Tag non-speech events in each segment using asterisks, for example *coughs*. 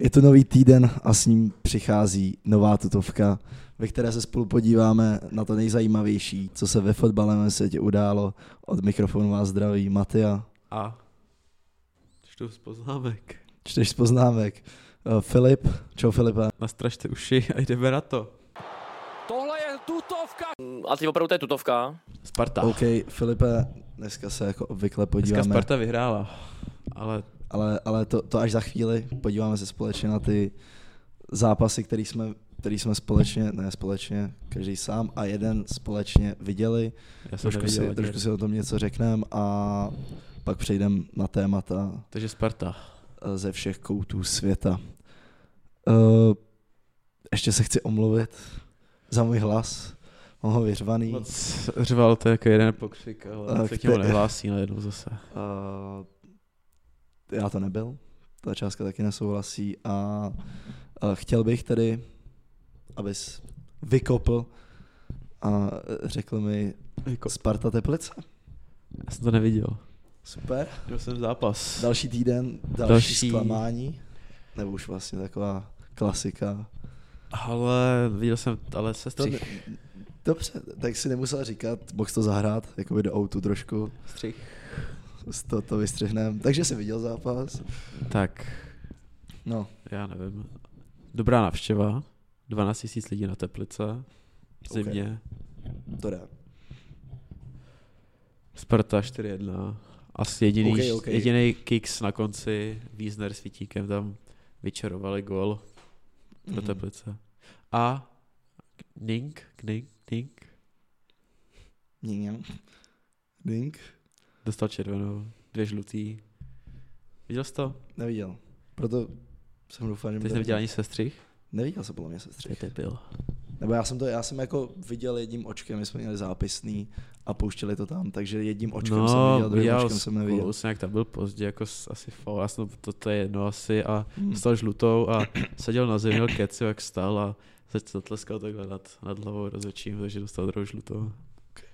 Je to nový týden a s ním přichází nová tutovka, ve které se spolu podíváme na to nejzajímavější, co se ve fotbalovém světě událo. Od mikrofonu vás zdraví Matia. A čtu z poznámek. Čteš z poznámek. Eh, Filip, čau Filipe. Nastražte uši a jdeme na to. Tohle je tutovka. A ty opravdu to je tutovka. Sparta. OK, Filipe, dneska se jako obvykle podíváme, Ah. Dneska Sparta vyhrála. Ale ale, ale to, to, až za chvíli. Podíváme se společně na ty zápasy, který jsme, který jsme společně, ne společně, každý sám a jeden společně viděli. já jsem Trošku neviděl si, ani trošku jeden. si o tom něco řekneme a pak přejdeme na témata Takže Sparta. eh, ze všech koutů světa. Eh, Ještě se chci omluvit za můj hlas. Mám ho vyřvaný. Moc řval to jako jeden pokřik, ale Tak se k němu ty- nehlásí najednou zase. Eh, Já to nebyl. Ta částka taky nesouhlasí a eh, chtěl bych tedy, abys vykopl a eh, řekl mi Sparta Teplice. Jako, Já jsem to neviděl. Super. Byl jsem zápas. Další týden, další, Další. další zklamání, nebo už vlastně taková klasika. Ale viděl jsem, ale se Dobře, střih. Dobře, tak si nemusel říkat, mohl jsi to zahrát, jako by do outu trošku, střih. s to, to vystřihnem. Takže jsi viděl zápas. Tak, No, já nevím. Dobrá návštěva. 12 000 lidí na Teplice. V OK. Zimě. to jde. Sparta 4-1. Asi jediný, OK, okay, OK. okay. jediný kicks na konci. Wiesner s Vítíkem tam vyčarovali gol pro Mhm. Teplice. A Nink, Nink, Nink Ním. Dink. dostal červenou, dvě žlutý. Viděl jsi to? Neviděl. Proto jsem doufal, že... Ty jsi neviděl ani sestřih? Neviděl jsem podle mě sestřih. debil. Nebo já jsem to, já jsem jako viděl jedním očkem, my jsme měli zápisný a pouštěli to tam, takže jedním očkem no, jsem viděl, druhým viděl očkem jsem neviděl. Kous, jak tam byl pozdě, jako s- asi foul, já jsem to, to je jedno asi a Hmm. dostal žlutou a seděl na zemi, měl keci, jak stál a zač- zatleskal takhle nad, nad hlavou rozečím, takže dostal druhou žlutou.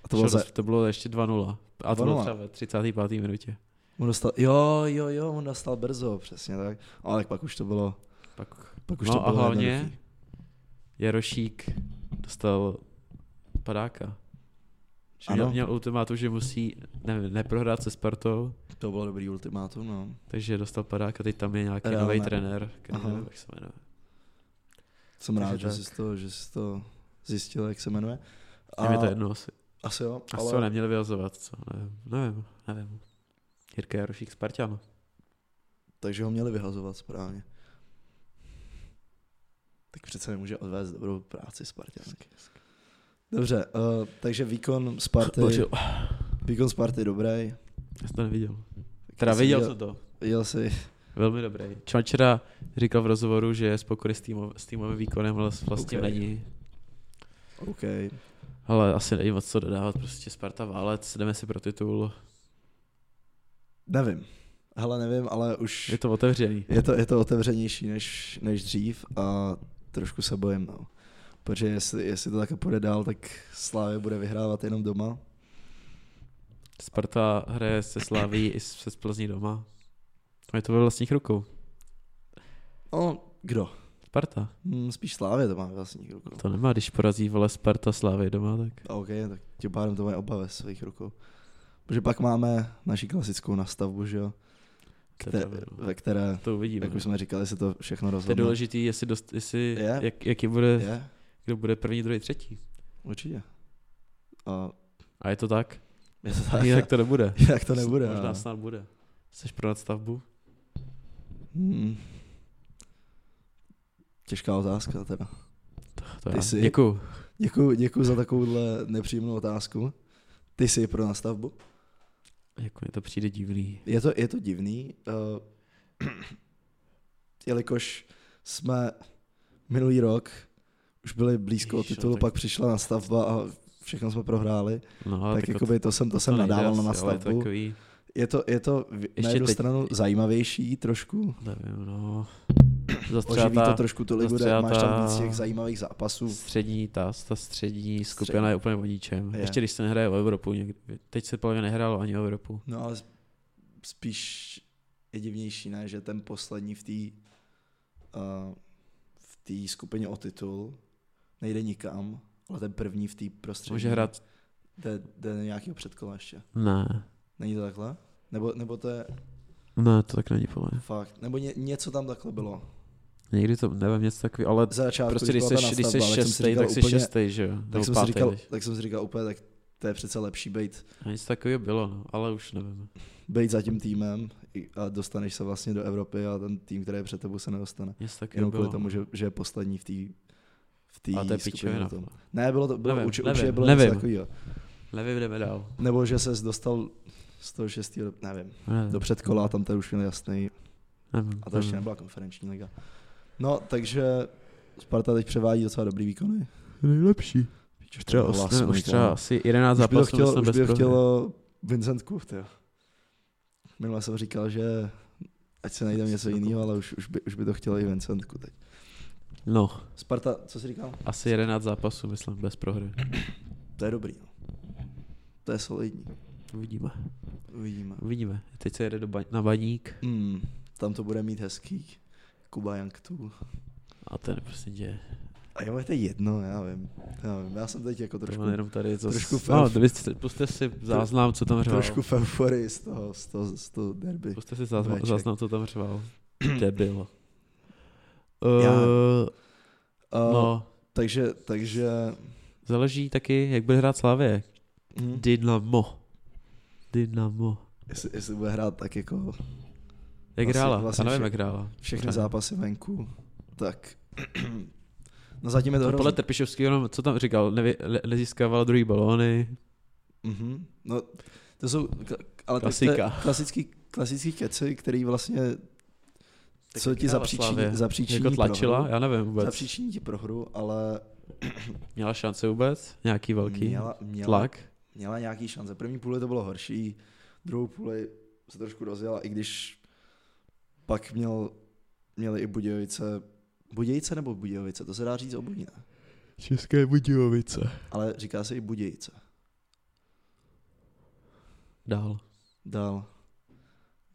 A to bylo za... to bylo ještě 2-0. A to 2:0. bylo třeba ve 35. minutě. On dostal, jo, jo, jo, on dostal brzo, přesně tak. Ale tak pak už to bylo, Pak, pak už no to bylo a hlavně jednoduchý. Jarošík dostal padáka. Že Ano. měl, měl ultimátum, že musí nevím, neprohrát se Spartou, To bylo dobrý ultimátum, no. takže dostal padáka. Teď tam je nějaký Real nový Madrid. trenér, který Aha. nevím, jak se jmenuje. Jsem Takže rád, že tak. jsi, to, že jsi to zjistil, jak se jmenuje. A... Je to jedno asi. Asi jo, A ale... co neměli vyhazovat, co? Nevím, nevím, nevím. Jirka Jarošík Spartan. Takže ho měli vyhazovat správně. Tak přece nemůže odvést dobrou práci Spartanek. Dobře, uh, takže výkon Sparty, Bořil. výkon Sparty dobrý. Já jsem to neviděl. Teda viděl jsem to. Viděl jsi, Velmi dobrý. Čančera říkal v rozhovoru, že je spokojený s, týmo, s týmovým výkonem, ale vlastně OK. okay. není. OK, Ale asi není moc co dodávat, prostě Sparta válec, jdeme si pro titul. nevím. Hele, nevím, ale už Je to otevřený. je to, je to otevřenější než, než dřív a trošku se bojím, no. Protože jestli, jestli to také půjde dál, tak Slávě bude vyhrávat jenom doma. Sparta hraje se Sláví i se z Plzní doma. A je to ve vlastních rukou. No, kdo? Sparta. Hm, Spíš Slávě to má vlastní rukou. To nemá, když porazí vole Sparta Slávy doma, tak A OK, tak tím pádem to mají oba ve svých rukou. Protože pak máme naši klasickou nastavbu, že jo? to, Te, jako je pravda, no. ve které, to uvidíme. no. jak už jsme říkali, se to všechno To je rozhodne. důležitý, jestli, dost, jestli Je. jak, jaký bude, Je, kdo bude první, druhý, třetí. určitě. A A je to tak? je to tak, Jinak to nebude. jak *laughs* to nebude. Možná no. snad bude. Jsi pro nadstavbu? Hmm. Těžká otázka teda. To Ty já. jsi- Děkuju. Děkuju, děkuju za takovouhle nepříjemnou otázku. Ty jsi pro nastavbu? Jako mi to přijde divný. Je to, je to divný, uh, *clears throat* jelikož jsme minulý rok už byli blízko Ježiš, no titulu, tak- pak přišla nastavba a všechno jsme prohráli, No, tak, ale tak jakoby to jsem, to jsem to nejde nadával asi, na ale je to nastavbu. takový, Je to, je to v- na Ještě jednu teď- stranu zajímavější trošku, nevím, *clears throat* no. oživí Zastřelá to ta trošku tu ligu, kde zastřelá máš tam víc ta- těch zajímavých zápasů. střední, ta, ta střední skupina Střední. je úplně o ničem. Je. Ještě když se nehraje o Evropu někdy. Teď se podle mě nehrálo ani o Evropu. No ale spíš je divnější, ne, že ten poslední v té eh, v té skupině o titul, nejde nikam, ale ten první v té prostředí. Může hrát... Jde, jde nějakého předkola ještě. Ne, Není to takhle? Nebo, nebo to je ne, to tak není podle mě. fakt, nebo ně, něco tam takhle bylo. Někdy to, nevím, něco takový, ale Za začátku, prostě když byla jsi, ta když jsi nastavba, tak jsem si šestý, říkal tak jsi úplně- šestý, že jo? Tak Nebo jsem, si pátý, říkal, když. tak jsem si říkal úplně, tak to je přece lepší být, A něco takového bylo, no, ale už nevím. být za tím týmem i- a dostaneš se vlastně do Evropy a ten tým, který je před tebou, se nedostane. Něco takového Jenom kvůli bylo. tomu, že, že je poslední v té v té a to je skupině pičovina. na tom. Ne, bylo to, bylo, Nevím, urči- nevím, určitě bylo nevím. něco takového. Nevím, jdeme dál. Nebo že ses dostal z toho šestého, do- nevím, Nevím, do předkola a tam to je už měl jasný nevím, a to ještě nevím. nebyla konferenční liga. No, takže Sparta teď převádí docela dobrý výkony. Nejlepší. Už třeba, Hlas můj, osm, už No, vlastně třeba kámo. asi 11 Už by to zápasů chtěl, myslím už bez by to prohry. chtělo Vincent Kuch, jo. Minule jsem říkal, že ať se najde Tak něco si to jiného, ale už, už, by, už by to chtělo i Vincent Kuch teď. No, Sparta, co jsi říkal? asi 11 zápasů myslím bez prohry. To je dobrý. No. To je solidní. Uvidíme. Uvidíme. Uvidíme. Teď se jede do ba- na baník Mm, tam to bude mít hezký. Kuba Janktu. a ten prostě děje. A jemu je to jedno, já vím. Já, vím. já jsem teď jako Trošku, trošku, jenom tady to... trošku no, fel- kdybyste, puste si záznam, co tam řval. trošku v euforii z toho, z toho, z toho derby. Puste si záznam, Veček. záznam co tam řval. *clears throat* Debil. Já- Uh, Uh, no. no, Takže, takže... záleží taky, jak bude hrát Slavě. Hm, Dynamo. Dynamo. jestli, jestli bude hrát tak jako Jak Vlastně- hrála? vlastně Já nevím, vše- jak hrála. všechny Pořád. zápasy venku, tak *clears throat* no zatím je to To podle hrozný. Trpišovského, jenom, co tam říkal, nevy, ne, nezískával druhý balóny. Mhm. No, to jsou kla- ale to- To Klasika. je klasický, klasický keci, který vlastně Tak co jak ti hrála zapříčiní, Slavie? zapříčiní Jako tlačila, prohru, já nevím vůbec. zapříčiní ti prohru, ale Měla šance vůbec? Nějaký velký měla, měla, tlak? měla nějaký šance. První půli to bylo horší, druhou půli se trošku rozjela, i když pak měl, měli i Budějovice, Budějice nebo Budějovice, to se dá říct obojí, ne? České Budějovice. Ale říká se i Budějice. Dál. Dál.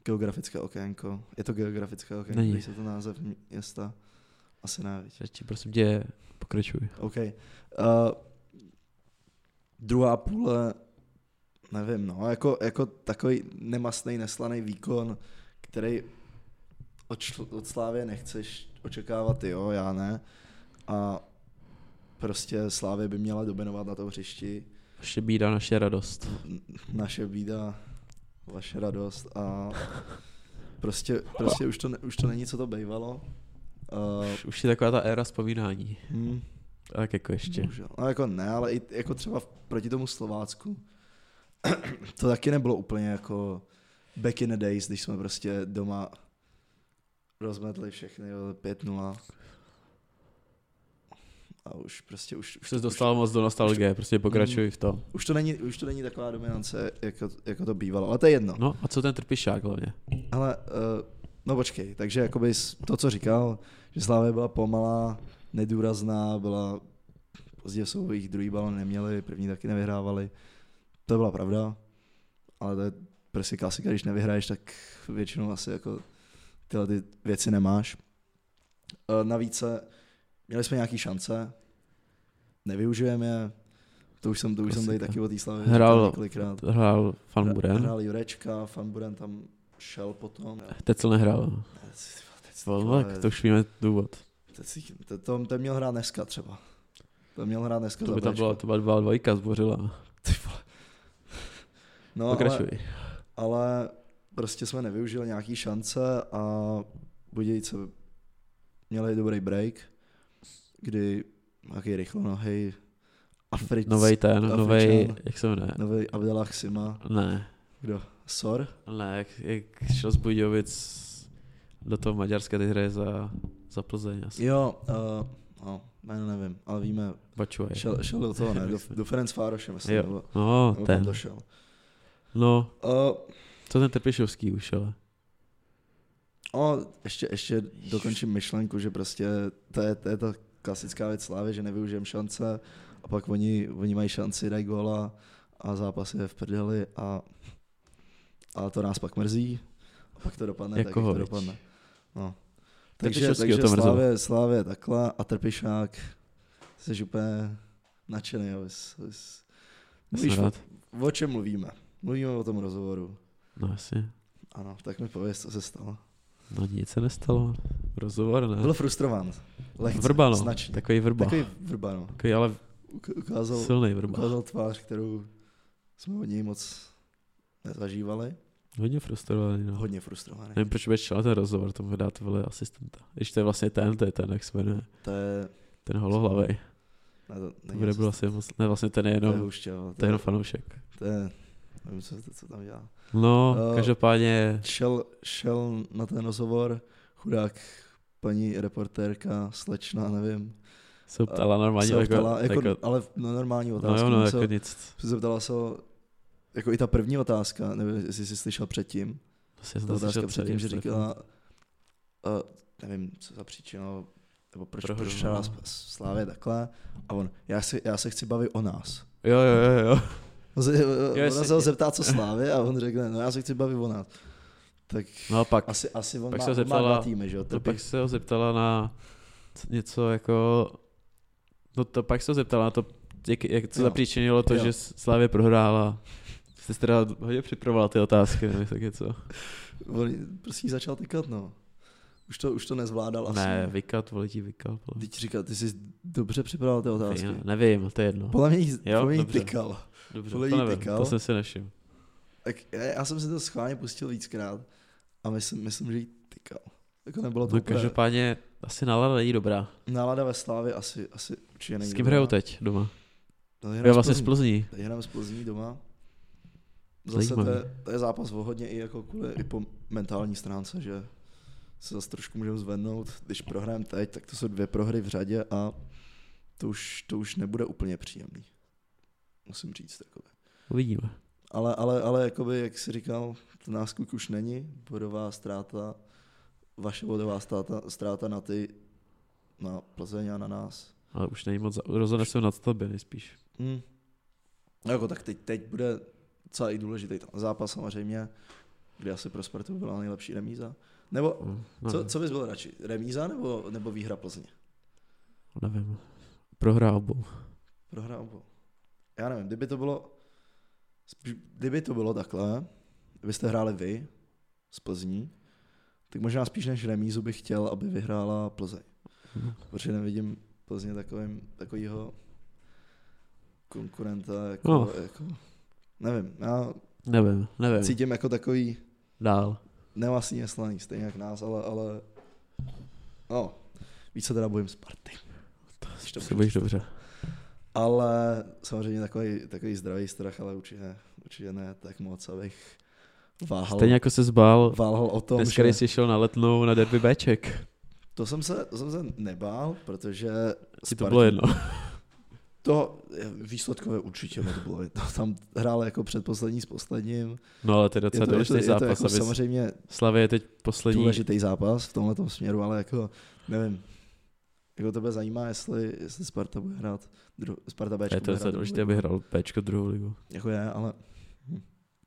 Geografické okénko. Je to geografické okénko, Není. když je to název mě- města. Asi ne, viď. Ještě prosím tě, prostě pokračuj. OK. Uh, druhá půle, nevím, no, jako, jako takový nemastný, neslaný výkon, který od, šl- od Slávě nechceš očekávat, jo, já ne. A prostě Slávě by měla dominovat na tom hřišti. Naše bída, naše radost. naše bída, vaše radost a prostě, prostě už, to ne, už to není, co to bývalo. Uh, Už, už je taková ta éra vzpomínání. hm, Tak jako ještě. bohužel. no jako ne, ale i, jako třeba v- proti tomu Slovácku *clears throat* to taky nebylo úplně jako back in the days, když jsme prostě doma rozmetli všechny vole, 5-0. A už prostě už, Už se dostal moc do nostalgie, prostě pokračuj v tom. už, to není, už to není taková dominance, jako, jako to bývalo, ale to je jedno. No a co ten trpišák hlavně? Ale, uh, no počkej, takže jakoby s- to, co říkal, že Slávě byla pomalá, nedůrazná, byla pozdě v soubojích, druhý balon neměli, první taky nevyhrávali. To byla pravda, ale to je prostě klasika, když nevyhraješ, tak většinou asi jako tyhle ty věci nemáš. Eh, Navíc se- měli jsme nějaký šance, nevyužijeme je, to už jsem, to už jsem tady Klasika. taky o té slavě Hrál- několikrát. Hrál Van Buren. Hrál Jurečka, Van Buren tam šel potom. Tecel nehrál. Vole, tak to už víme důvod. to, to, to, měl hrát dneska třeba. To měl hrát dneska To za by tam Brčko. byla, to byla dva, dvojka zbořila. Ty vole. No, ale, Pokračuj. ale, prostě jsme nevyužili nějaký šance a Budějce měli dobrý break, kdy nějaký rychlonohý Afric, Novej ten, Afričan. novej, jak se jmenuje? nový Abdelach Sima, Ne, kdo? Sor? ne, jak, jak šel z Budějovic do toho Maďarska, teď hraje za, za Plzeň asi. Jo, uh, no, jméno nevím, ale víme, Bačuaj. Šel, šel do toho, ne? Do, do Ferenc Fároše, myslím. Jo. Nebo, No, nebo ten. ten. došel. No, Uh, to ten Trpišovský už, ale. o, ještě, ještě dokončím myšlenku, že prostě to je, to je ta klasická věc Slávy, že nevyužijeme šance a pak oni, oni mají šanci, dají góla a zápas je v prdeli a, a to nás pak mrzí a pak to dopadne Jako tak, jak ho, to viď. dopadne. No. Takže, Trpišovskýho takže to mrzelo. Slávě, Slávě takhle a Trpišák jsi úplně nadšený. Abys, abys. Jsem Víš, rád. o čem mluvíme? Mluvíme o tom rozhovoru. No jasně. Ano, tak mi pověz, co se stalo. No nic se nestalo. Rozhovor, ne? Byl frustrován. Lehce, Vrba, no. značně. Takový vrba. Takový vrba, no. Takový ale Uk- Ukázal, silný vrba. ukázal tvář, kterou jsme od něj moc nezažívali. Hodně frustrovaný, no. Hodně frustrovaný. Nevím, proč budeš čelat ten rozhovor, tomu dát vole asistenta. Ještě to je vlastně ten, to je ten, jak se jmenuje. To je... Ten holohlavej. Ne, to, To není bude byl asistent, asi moc, ne vlastně ten je to je jenom, hušťa, jo, to je jenom fanoušek. to je, nevím, co, co tam dělá. No, Eh, každopádně, šel, šel na ten rozhovor, chudák paní reportérka, slečna, nevím. se ho ptala normálně, se ho jako, ptala, jako, jako, ale no, normální no otázka. jo, no, se, jako nic. zeptala se, ho- jako i ta první otázka, nevím, jestli jsi slyšel předtím, Vlastně jsem ta to otázka slyšel předtím, že tak- říkala, uh, nevím, co za příčinu, nebo proč, Proč, proč no. třeba Slávě takhle. A on, já se, já se chci bavit o nás. *laughs* Jo, jo, jo, jo. On se, ona jestli- se ho zeptá, co Slávě, a on řekne, no já se chci bavit o nás. Tak No a pak, asi, asi on pak má, se on má zeptala- dva týmy, že jo? no, Trpí- pak se ho zeptala na c- něco jako, no to pak se ho zeptala na to, jak, jak co Jo. zapříčinilo to, Jo. že Slávě prohrála. Jsi se teda hodně připravoval ty otázky, nebo tak něco. On prostě jí začal tykat, no. Už to, už to nezvládal asi. Ne, vykat, vole, ti vykat. vole. Teď říkal, ty jsi dobře připravil ty otázky. Nevím, nevím, to je jedno. Podle mě jí, Jo, podle mě jí dobře. tykal. Dobře, podle to jí nevím, tykal. to jsem si našim. Tak já, já jsem si to schválně pustil víckrát a myslím, myslím že jí tykal. Jako nebylo to No úplně... každopádně asi nálada není dobrá. Nálada ve Slávě asi, asi určitě není. S kým dobrá. hrajou teď doma? No, Já hrajeme vlastně z Plzní. Plzní. Teď hrajeme s Plzní doma. Zase to Zajímavý. je, to je, zápas vohodně i jako kvůli i po mentální stránce, že se zase trošku můžeme zvednout. Když prohrajeme teď, tak to jsou dvě prohry v řadě a to už, to už nebude úplně příjemný. Musím říct takové. Uvidíme. Ale, ale, ale jakoby, jak jsi říkal, to náskok už není. Bodová ztráta, vaše bodová ztráta, ztráta na ty, na Plzeň a na nás. Ale už není moc, za- rozhodne se nad tobě nejspíš. Hmm. Jako tak teď, teď bude celý důležitý ten zápas samozřejmě, kde asi pro Spartu byla nejlepší remíza. Nebo Hm, No, co, co bys byl radši? Remíza nebo, nebo výhra Plzně? Nevím. Prohrá obou. Prohra obou. Já nevím, kdyby to bylo spíš- kdyby to bylo takhle, kdybyste hráli vy z Plzní, tak možná spíš než remízu bych chtěl, aby vyhrála Plzeň. Hm. Protože nevidím Plzně takovým, takovýho konkurenta, jako, No. jako nevím, já Nevím, nevím. cítím jako takový Dál. nevlastní neslaný, stejně jak nás, ale, ale no, víc se teda bojím Sparty. Když To to se bude bojíš číst. dobře. Ale samozřejmě takový, takový zdravý strach, ale určitě, určitě ne tak moc, abych váhal, Stejně jako se zbál, váhal o tom, dneska že když jsi šel na letnou na derby Bček. to jsem, se, to jsem se nebál, protože Ti to Spartě- bylo jedno. *laughs* To výsledkové určitě mi to bylo jedno. Tam hrál jako předposlední s posledním. No ale to je docela je to, je to, důležitý je to zápas. jako Jako aby... samozřejmě Slavě je teď poslední. důležitý zápas v tomhle směru, ale jako nevím. Jako tebe zajímá, jestli, jestli Sparta bude hrát, dru, Sparta B. Je to docela důležité, aby hrál Bčko druhou ligu. Jako je, ale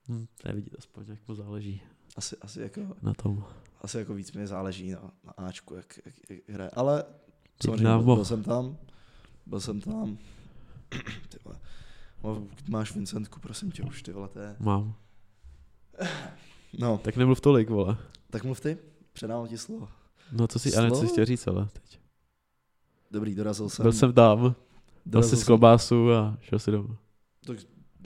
Hm, to je vidět, aspoň jak mu záleží asi, asi, jako, na tom. asi jako víc mi záleží na, na Ačku, jak, jak, jak hraje. Ale samozřejmě byl, Dynamo. byl, jsem tam, byl jsem tam. *clears throat* Ty vole. No, Máš Vincentku, prosím tě, už ty vole, to je. Mám. No, Tak nemluv tolik, vole. tak mluv ty, předávám ti slovo. No co si, ale co Slovo? jsi chtěl říct, ale teď. Dobrý, dorazil jsem. Byl jsem tam, dal dorazil si z klobásu a šel si domů.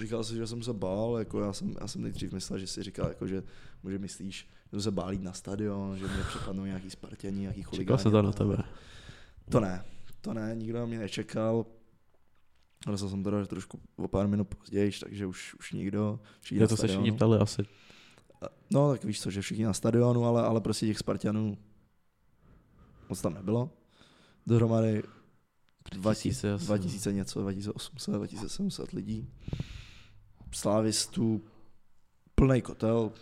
Říkal jsi, že jsem se bál, jako já jsem, já jsem nejdřív myslel, že si říkal, jako, že, že myslíš, že jsem se bál jít na stadion, že mě přepadnou nějaký Spartěni, nějaký Čekal chuligáni. jsem tam a na tak. tebe. To ne, to ne, nikdo na mě nečekal. Dorazil jsem teda trošku o pár minut později, takže už, už nikdo. Všichni Já na to se stadionu. všichni ptali asi. A- No tak víš co, že všichni na stadionu, ale, ale prostě těch Spartanů moc tam nebylo. Dohromady 2000 asi. 2000 něco, 2800, 2700 lidí. Slávistů, plný kotel,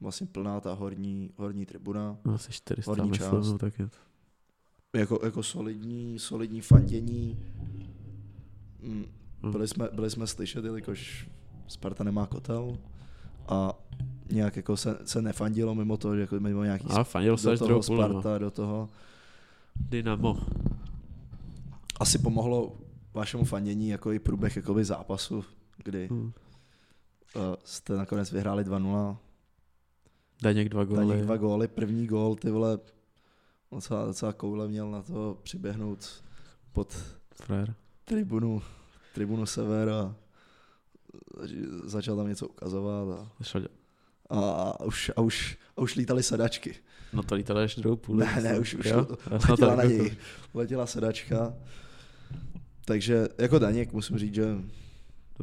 vlastně plná ta horní, horní tribuna. No, asi 400 Horní myslím, část. no, tak je. Jako, jako solidní, solidní fandění. Mm, Hm. Byli jsme, byli jsme slyšet, jelikož Sparta nemá kotel a nějak jako se, se nefandilo mimo to, že jako mimo nějaký A fandil do se až toho druhou půl, no. Sparta, do toho. Dynamo. Asi pomohlo vašemu fandění jako i průběh jakoby zápasu, kdy Hm. eh, jste nakonec vyhráli 2-0, Daněk dva Daněk góly. dva góly, první gól, ty vole, docela, docela koule měl na to přiběhnout pod Frajer. tribunu, tribunu sever a zač- začal tam něco ukazovat a, Šel- a, a už, a už, a už lítaly sedačky. No to lítalo až druhou půl. Ne, ne, už, už jo? No, to- *laughs* Já jsem letěla na nekoukal. něj. Letěla sedačka. Takže jako Daněk musím říct, že dobrý,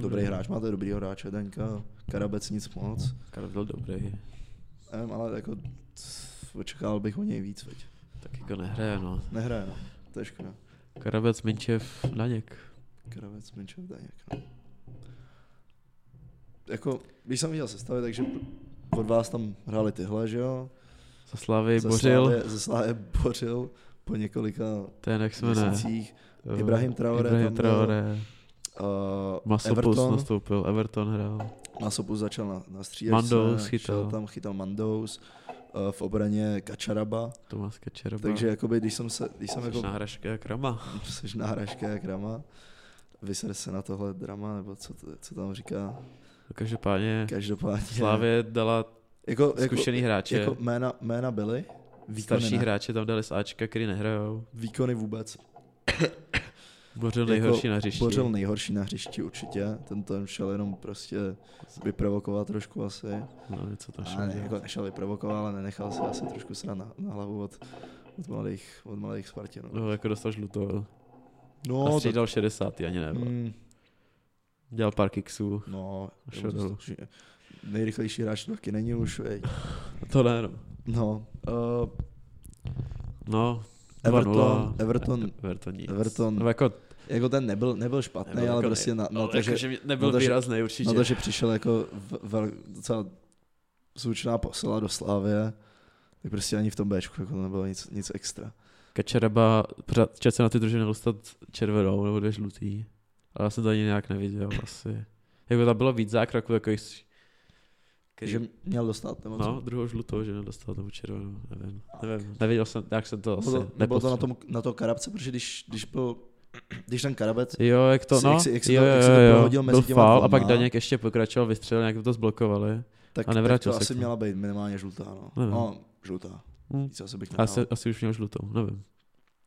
dobrý hráč, máte dobrýho hráče, Daňka, Karabec nic moc. Karel byl dobrý. Nevím, ale jako c- očekával bych o něj víc, veď. Tak jako nehraje, no. Nehraje, no. To je škoda. Karabec, Minčev, Daněk. Karabec, Minčev, Daněk, no. Jako, když jsem viděl sestavy, takže od vás tam hráli tyhle, že jo? Za Slavy Ze Bořil. Slávě- Ze Slávě Bořil po několika Ten, jak se jmenuje. měsících. Jo, Ibrahim Traoré tam Ibrahim byl. Traoré. Uh, Masopus Everton, nastoupil, Everton hrál. Masopus začal na, na střídačce. Mandous chytal. Šel tam chytal Mandous. eh, V obraně Kačaraba. Tomáš Kečeroba. Takže jakoby, když jsem se, když jsem jsem jako jako... Náhražka jak Rama. Jsi náhražka jak drama. Vyser se na tohle drama, nebo co, to, co tam říká. Každopádně Každopádně. Slávě dala jako, zkušený hráče. Jako jména, jména byly. Výkony, starší ne. hráče tam dali z Ačka, který nehrajou. výkony vůbec. Bořil nejhorší na hřišti. Jako Bořil nejhorší na hřišti určitě. Ten tam šel jenom prostě vyprovokovat trošku asi. No, něco tam šlo. A ne, dělat. jako nešel vyprovokovat, ale nenechal si asi trošku srát na, na hlavu od, od malých, od malých Spartanů. No, jako dostal žlutou. No, A to- střídal 60, ani ne. Mm, Dělal pár kiksů. no, A šel jo, to dolů. stačí. nejrychlejší hráč to taky není už, vej. To ne, no. No, uh, No, 2:0. Everton, Everton, Everton nic. Everton- No, jako, jako ten nebyl, nebyl špatný, nebyl ale jako prostě na, na ale to, jako, že, mě- nebyl na to, že- výrazný určitě. na to, že přišel jako v, vel, docela zvučná posila do Slávie, tak prostě ani v tom Bčku jako to nebylo nic, nic extra. Kačaraba, pořád čas se na ty družiny dostat červenou nebo dvě žlutý. Ale já jsem to ani nějak neviděl asi. Jako tam bylo víc zákroků, takových, s- který, Že měl dostat, nebo no, co? druhou žlutou, že nedostal tomu červenou, nevím. nevím. Neviděl jsem, jak jsem to asi Bylo, No. nebylo to na, nepostřehl. tom, na to karabce, protože když, když byl, když ten karabec Jo, jak to, Si- no, jak si- jak si jo, to- jo, jak si to jo, prohodil mezi byl těma No. foul a pak dvouma. Daněk ještě pokračoval, vystřelil, nějak to zblokovali. Tak, A nevrátil tak to asi se k tomu. měla být minimálně žlutá, no. Nevím. No, žlutá. Hm. Víc asi bych nedal. Asi, asi už měl žlutou, nevím.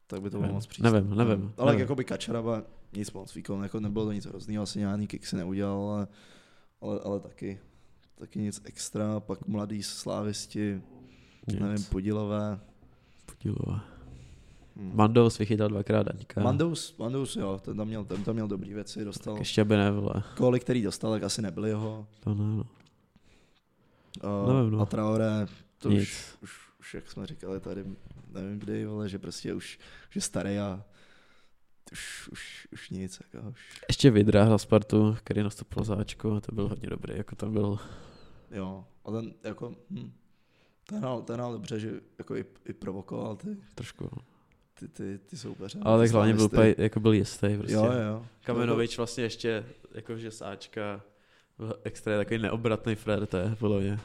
Tak by to bylo Nevím, moc přísné. nevím, nevím. Ale nevím. jako by Kačaraba nic moc výkon, jako nebylo to nic hroznýho, asi žádný kick se neudělal, ale, ale, ale taky, taky nic extra. Pak mladý slávisti, Nic. nevím, podílové. Podílová. Hmm. Hm. Mandous vychytal dvakrát Daňka. Mandous, Mandous, jo, ten tam měl, ten tam měl dobrý věci, Tak dostal ještě by ne, vole. kolik, který dostal, tak asi nebyl jeho. To ne, no. Uh, Nevím, no. A Traoré, to Nic. už, už, už, jak jsme říkali tady, nevím kdy, ale že prostě už, že starý a už, už, už nic, jako už, Ještě Vidra hrál Spartu, který nastoupil za Ačko a to byl hodně dobrý, jako tam byl. jo. A ten, jako, hm, ten hrál, ten hrál dobře, že jako i, i provokoval ty, Trošku. no. ty, ty, ty soupeře. Ale tak Ty hlavně byl, slavisty. úplně- jako byl jistý prostě. Jo, jo. Kamenovič vlastně ještě, jakože z Ačka, byl extra takový neobratný frér, to je, podle mě.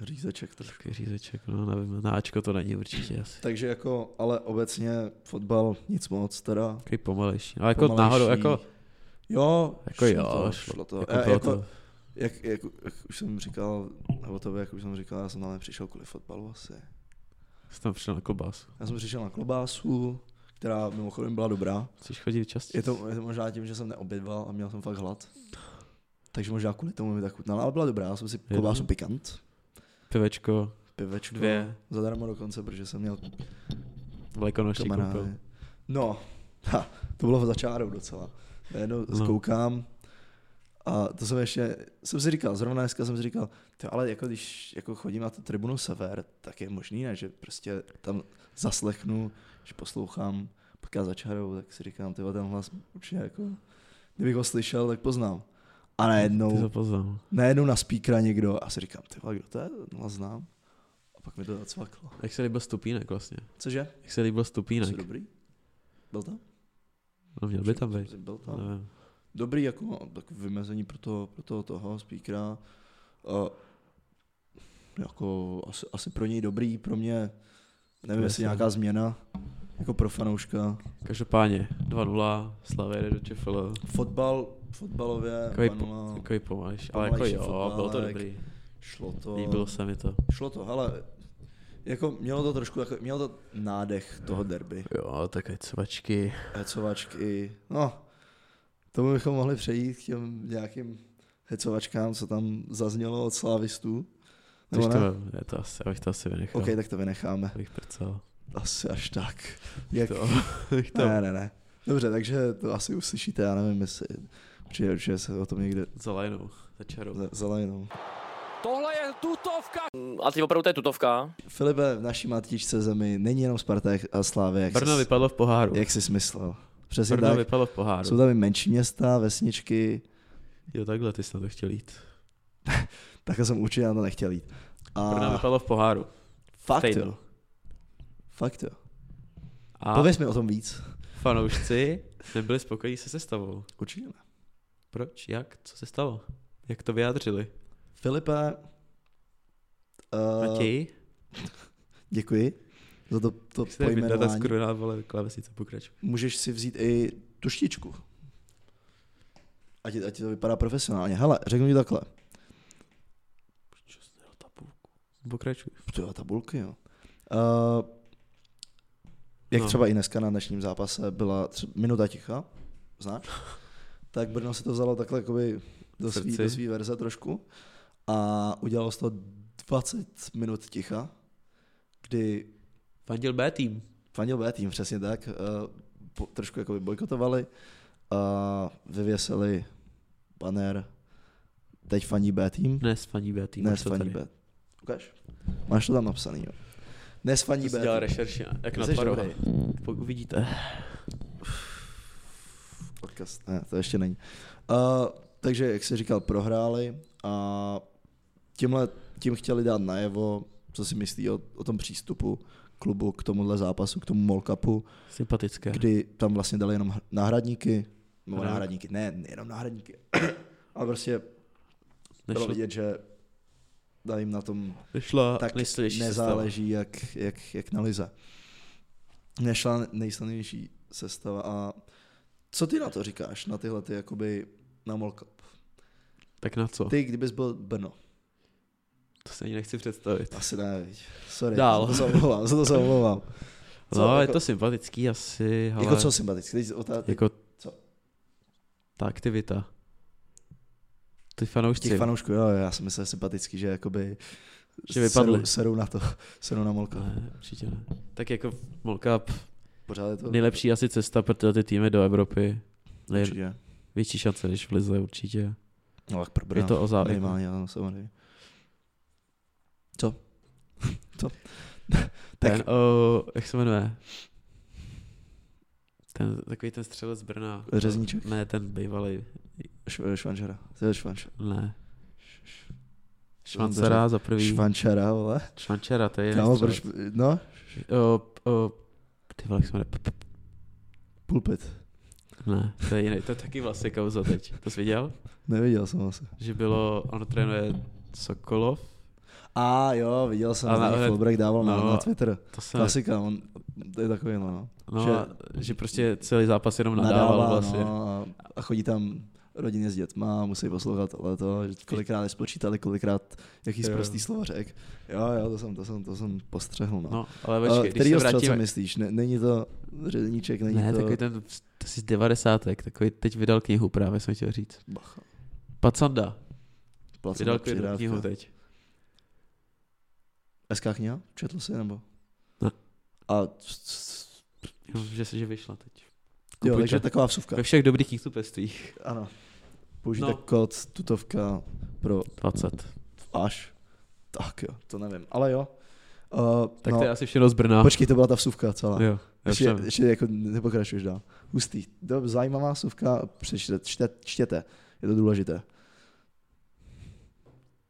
Řízeček trošku. Takový řízeček, no nevím, na Ačko to není určitě asi. Takže jako, ale obecně fotbal nic moc, teda. Takový pomalejší. Ale jako Pomalejší. náhodou, jako, Jo, jako jo, to, šlo, šlo to. Jako, Já- bylo jako, to. Jak, jak, jak už jsem říkal, nebo tobě, jak už jsem říkal, já jsem tam nepřišel kvůli fotbalu asi. Jsi tam přišel jako na klobásu. Já jsem přišel na klobásu, která mimochodem byla dobrá. Chceš chodit častěji? Je to, je to možná tím, že jsem neobědval a měl jsem fakt hlad. Takže možná kvůli tomu mi tak chutnala, ale byla dobrá. Já jsem si klobásu dobrá. pikant, Pivečko, pivečko. Dvě. Zadarmo dokonce, protože jsem měl velikonoční koupil. kamarády. No, ha, to bylo za čárou docela. Najednou No. no. zkoukám a to jsem ještě, jsem si říkal, zrovna dneska jsem si říkal, to ale jako když jako chodím na tu tribunu sever, tak je možný, ne, že prostě tam zaslechnu, že poslouchám pak já za čárou, tak si říkám, tyhle ten hlas určitě jako, kdybych ho slyšel, tak poznám. A Ty najednou, to poznám. najednou na spíkra někdo a si říkám, ty vole, kdo to je, ten hlas znám. A pak mi to zacvaklo. Jak se líbil Stupínek vlastně? Cože? Jak se líbil Jsi Stupínek? dobrý? Byl tam? No měl by tam být. No. Byl tam. Nevím. dobrý jako tak vymezení pro toho, pro toho, toho speakera. Uh, jako asi, asi pro něj dobrý, pro mě nevím, jestli Jasně. nějaká změna, jako pro fanouška. Každopádně 2-0, Slavě jde do ČFL. Fotbal, fotbalově, Takový, po, 2:0, takový pomalejší, ale jako No. Pomalejší jo, fotbálek. bylo to dobrý. šlo to. Líbilo se mi to. Šlo to, ale jako mělo to trošku, jako, mělo to nádech toho derby. Jo, také cvačky. Hecovačky, no, tomu bychom mohli přejít k těm nějakým hecovačkám, co tam zaznělo od slávistů. Když Nebo to, ne? ne, to asi, abych to asi vynechal. OK, Okay. tak to vynecháme. Abych prcal. Asi až tak. Jak... To, *laughs* to Ne, ne, ne. Dobře, takže to asi uslyšíte, já nevím, jestli určitě, určitě se o tom někde za lajnou, za čarou. za- zalejnou. Tohle je tutovka. A teď opravdu to je tutovka. Filipe, v naší matičce zemi není jenom Spartak a Slávě, jak, Brno jsi, vypadlo v poháru. jak jsi smyslel. Přesně Brno tak. vypadlo v poháru. Jsou tam i menší města, vesničky, Jo, takhle ty jsi na to chtěl jít. tak jsem určitě na to nechtěl jít. A Brno vypadlo v poháru. fakt týdnu. jo. Fakt jo. A Pověz mi o tom víc. fanoušci nebyli spokojení se sestavou. Určitě ne. Proč? Jak? Co se stalo? Jak to vyjádřili? Filipe, Uh, uh, Matěji? děkuji za to, to Jak se vydata pojmenování. skruná, vole, klávesnice pokračuje. Můžeš si vzít i tu štičku. Ať, ať ti to vypadá profesionálně. Hele, řeknu ti takhle. Pokračuj. To jo, tabulky, jo. Uh, jak No. no. třeba i dneska na dnešním zápase byla tři, minuta ticha, *laughs* znáš? Tak Brno si to vzalo takhle jakoby do svý, Srdci. do svý verze trošku a udělalo z toho 20 minut ticha, kdy Fandil B tým. fandil B tým, přesně tak, uh, po, trošku jakoby bojkotovali a vyvěsili banner teď faní B tým, Dnes fandí B tým. dnes už to faní tady. B. Ukáž? Máš to tam napsaný, jo. Dnes faní To B jsi tým. dělal rešerši, jak Ty na jsi Tvarova. dobrý. Po- Uvidíte. Podcast. Ne, to ještě není. Uh, takže, jak jsi říkal, prohráli a tímhle, tím chtěli dát najevo, co si myslí o, o tom přístupu klubu k tomuhle zápasu, k tomu Mall Cupu, Sympatické. kdy tam vlastně dali jenom h- náhradníky, nebo Ano. náhradníky, ne, jenom náhradníky, *coughs* ale prostě bylo Nešlo, vidět, že dali jim na tom nešlo tak nejsilnější nezáleží, jak, jak, jak na lize. Nešla nejslavnější sestava a co ty na to říkáš, na tyhle ty jakoby na Mall Cup? sestava. Tak na co? Ty, kdybys byl Brno, To se ani nechci představit. asi ne, viď? sorry, Dál. za to se omlouvám, za to se omlouvám. Co, *laughs* no, jako, je jako- to sympatický asi, ale... Jako co sympatické, teď otá... jako Jako... co? Ta aktivita. Ty fanoušci. těch fanoušků, jo, já jsem myslel sympatický, že jakoby Že vypadli. Serou, No. serou na to, *laughs* serou na Molka. Ne, určitě ne. Tak jako World Cup, Pořád je to nejlepší asi cesta pro tyhle ty týmy do Evropy. Nej, určitě. větší šance než v Lize určitě. No tak pro Je Brno. to o závěr. Minimálně, ano, samozřejmě. Co? *laughs* Co? *laughs* tak Ten, o, jak se jmenuje? Ten, takový ten střelec z Brna. Řezníček? Ne, ten bývalý. Šv- švančera. To je švanč- Ne. Švancera za prvý. Švančera, vole. Švančera, to je jiný Kámo, střelec. proč? No, O, o, ty vole, jak se jmenuje? pulpit. Ne, to je jiný, to je taky vlastně kauza teď. To jsi viděl? Neviděl jsem asi. Že bylo, on trénuje Sokolov, A jo, viděl jsem, Ale- ale, ale- Fulbrek dával na, no, na Twitter. to se Klasika, on to je takový, no. no, že, že- že prostě celý zápas jenom nadával Nadává, vlastně. No. no, a- a chodí tam rodiny s dětma, musí poslouchat ale to, že kolikrát nespočítali, kolikrát jaký Jo. prostý slovo řek. Jo, jo, to jsem, to jsem, to jsem postřehl, no. No, ale Ale večkej, když se Kterýho střelce vrátíme, myslíš? Ne, není to řezníček, není ne, to... takový ten, to jsi z devadesátek, takový, teď vydal knihu právě, jsem chtěl říct. Bacha. Pacanda, Placená vydal knihu, přidávka. knihu teď. SK kniha? Četl jsi nebo? Ne. A c- c- Jo, Že se, že vyšla teď. jo, Kupujte. takže taková *laughs* vsuvka. Ve všech dobrých knihkupectvích. Ano. Použijte No. no. kód tutovka pro 20. až. Tak jo, to nevím, ale jo. Uh, Tak no. to je asi všechno z Brna. Počkej, to byla ta vsuvka celá. jo, já Ještě, jsem- ještě jako nepokračuješ dál. Hustý. Dob, zajímavá suvka, přečte, čte, čtěte. Je to důležité.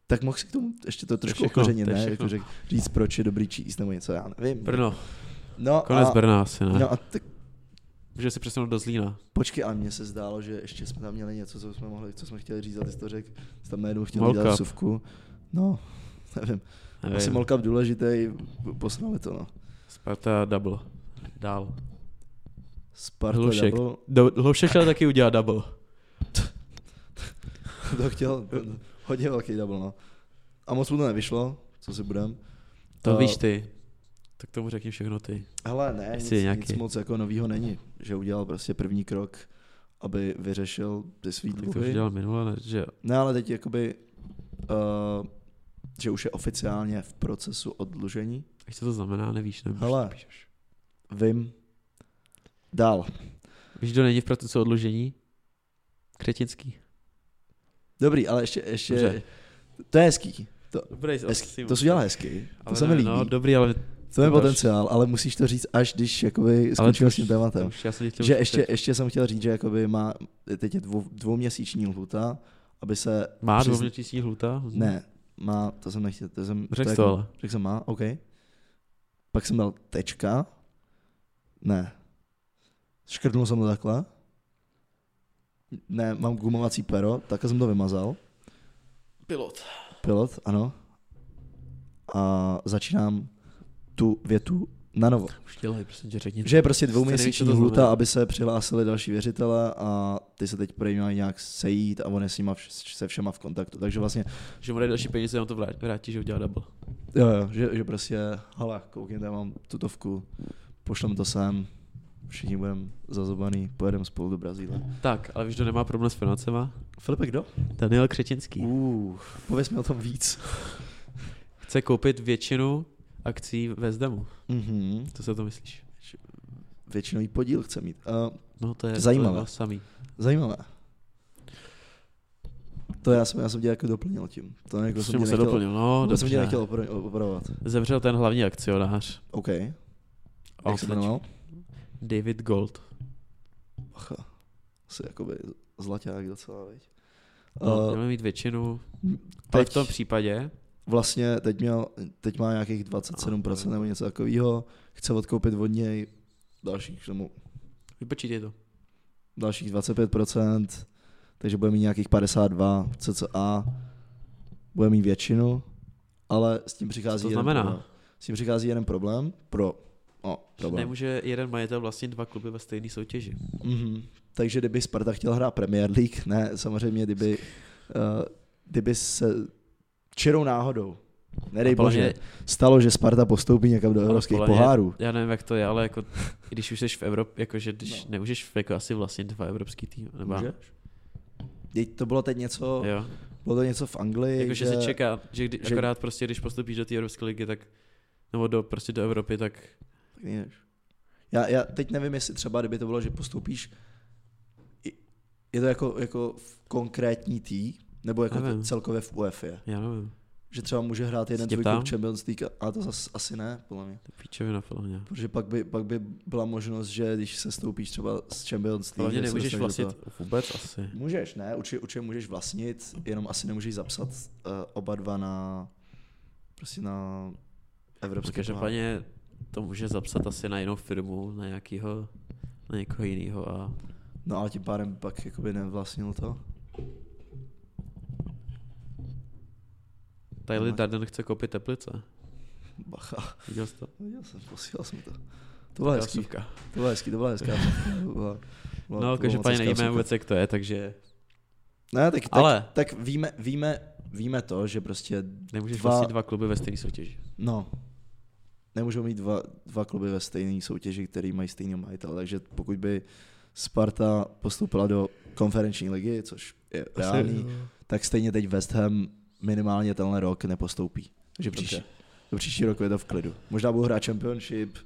Tak mohl si k tomu ještě to trošku všechno, okořenit, to je ne? všechno. Jako řek, říct, proč je dobrý číst nebo něco, já nevím. Brno, No, konec a, Brna asi ne. No a tak Můžeme se přesunout do Zlína. počkej, a mně se zdálo, že ještě jsme tam měli něco, co jsme mohli, co jsme chtěli říct, a ty jsi to řekl, jsi tam najednou chtěl World dělat Cup. suvku. No, *laughs* nevím. Nevím. Asi Molka důležitý, posrali to no. Sparta double. Dál. Sparta Hlušek. double, Do, Hloušek chtěl taky udělat double. to chtěl, hodně velký double no. A moc mu to nevyšlo, co si budem. To Eh, víš ty. Tak tomu řekni všechno ty. Hele, ne, nic, Jestli je nějaký... nějaký- nic moc jako novýho není, že udělal prostě první krok, aby vyřešil ty svý Tak to už dluhy. dělal minule, ne? Že jo. Ne, ale teď jakoby, uh, že už je oficiálně v procesu odlužení. Jak se to znamená, nevíš, nebo Hele. Hele. Píšeš. Vím. Dál. Víš, kdo není v procesu odlužení? Kretinský. Dobrý, ale ještě, ještě Dobře. to je hezký. Dobrý, hezký. To jsi udělal hezky, to Ale se mi ne, líbí. No, dobrý, ale to je to dáš. potenciál, ale musíš to říct, až když jakoby skončil to s tím už- tématem. už já jsem tě chtěl Že už ještě, teď- ještě jsem chtěl říct, že jakoby má, teď je dvou, dvouměsíční lhuta, aby se, Má přizn- dvouměsíční hluta? ne, má, to jsem nechtěl, to jsem, Mhm. Řekl jak- to ale. Řekl jsem má, OK. Pak jsem dal tečka. Ne. Škrtnul jsem to takhle. Ne, mám gumovací pero, takhle jsem to vymazal. Pilot. Pilot, ano. A začínám tu větu na novo. Už dělej, prosím tě, řekni. Že je prostě Jste neví, co to dvouměsíční znamená. hluta, aby se přihlásili další věřitele a ty se teď prý mají nějak sejít a on je s nima vš- se všema v kontaktu. Takže vlastně, Že mu dají další peníze, on to vrátí, vrátí že udělá double. jo, jo, že, že prostě, hele, koukněte, mám tutovku, pošlem to sem, všichni budeme zazobaný, pojedeme spolu do Brazílie. Tak, ale víš, kdo nemá problém s financema? Filipe, kdo? Daniel Křetinský. Uh, pověz mi o tom víc. Chce koupit většinu akcí ve Zdemu. Mhm. Co si o to myslíš? Většinový podíl chce mít. Uh, No to je Zajímavé. To je to samý. zajímavé. To já jsem, já jsem tě jako doplnil tím. To jako S jsem tě čemu Prostě se nechtěl, doplnil? No, to jsem tě dobře. nechtěl opra- opravovat. Zemřel ten hlavní akcionář. OK. A on Jak se se teď- jmenoval? David Gold. Bacha. Asi jakoby zlaťák docela, viď? No, Uh, Měl mít většinu. Ale teď v tom případě vlastně teď, měl, teď má nějakých 27% nebo něco takového. Chce odkoupit od něj dalších, k tomu Vypočítej to. dalších 25%, takže bude mít nějakých 52 cca, bude mít většinu, ale s tím přichází to jeden znamená? problém. S tím přichází jeden problém pro... No, Že problém. nemůže jeden majitel vlastnit dva kluby ve stejné soutěži. Mhm. Takže kdyby Sparta chtěl hrát Premier League, ne, samozřejmě kdyby, uh, kdyby se čirou náhodou, nedej A podle bože, mě- stalo, že Sparta postoupí někam do Ale evropských podle mě- pohárů. Já nevím, jak to je, ale jako, když už jsi v Evropě, jakože když no. nemůžeš jako asi vlastnit dva evropský tým, nebo Můžeš? Teď to bylo teď něco, jo. bylo to něco v Anglii, Jakože že se čeká, že, kdy, že- že akorát prostě, když postupíš do té Evropské ligy, tak nebo do, prostě do Evropy, tak Tak nejdeš. Já, já teď nevím, jestli třeba, kdyby to bylo, že postoupíš, i- je to jako, jako v konkrétní tý, nebo jako to Nevím. celkově v UEFA. já nevím, Že třeba může hrát jeden Tě tvůj klub ptám? Champions League, ale to zas, asi ne, podle mě. to je píčovina podle mě. Protože pak by, pak by byla možnost, že když se stoupíš třeba z Champions League, Hlavně že se nemůžeš dostaneš do vlastnit vůbec asi. toho- Můžeš, ne, určitě, určitě můžeš vlastnit, jenom asi nemůžeš zapsat uh, oba dva na prostě na evropské pohár. Každopádně to může zapsat asi na jinou firmu, na nějakýho, na někoho jiného a No ale tím pádem pak jakoby nevlastnil to. Tyler Máš- Darden chce koupit teplice. Bacha. Viděl jsi to? Viděl jsem, posílal jsem to. To bylo hezký, Klasivka. to bylo hezký, to bylo hezká. vsuvka, to byla- byla- to No, byla každopádně moc hezká nevíme vsuvka. vůbec, jak to je, takže Ne, tak, tak, Ale- tak víme, víme, víme to, že prostě nemůžeš Dva- vlastnit dva kluby ve stejné soutěži. No. Nemůžou mít dva, dva kluby ve stejné soutěži, který mají stejný majitel, takže pokud by Sparta postoupila do konferenční ligy, což je reálný, tak stejně teď West Ham minimálně tenhle rok nepostoupí. Takže Dobře. příští, do příští roku je to v klidu. Možná budou hrát Championship,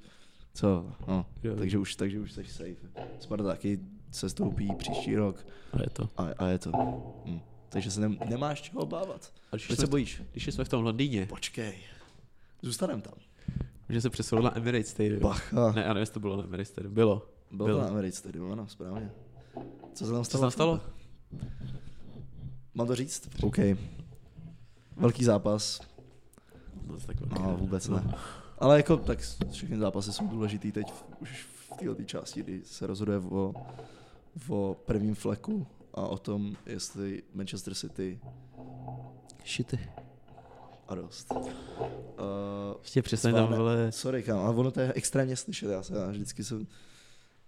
co, no, Jo. takže už, takže už jsi safe. Sparta taky se stoupí příští rok A je to. a, a je to. Hm. Takže se ne, nemáš čeho obávat. A když, Proč jsme, se bojíš? když jsme v tom Londýně, Počkej, zůstaneme tam. že se přesunul na Emirates Stadium. Bacha. Ne, já nevím, jestli to bylo na Emirates Stadium. Bylo. Bylo, Bylo. to na Emirates Stadium, ano, no, správně. Co se tam stalo? Co se tam stalo? Mám to říct? OK. Velký zápas. No, to tak No, vůbec ne. Ale jako tak všechny zápasy jsou důležitý teď v- už v této části, kdy se rozhoduje o, o prvním fleku No, a o tom, jestli Manchester City Šity. a dost. Uh, Prostě přestaň tam, Zvládne. vole. Sorry, kam, ale ono to je extrémně slyšet, já se já vždycky jsem... Nikdy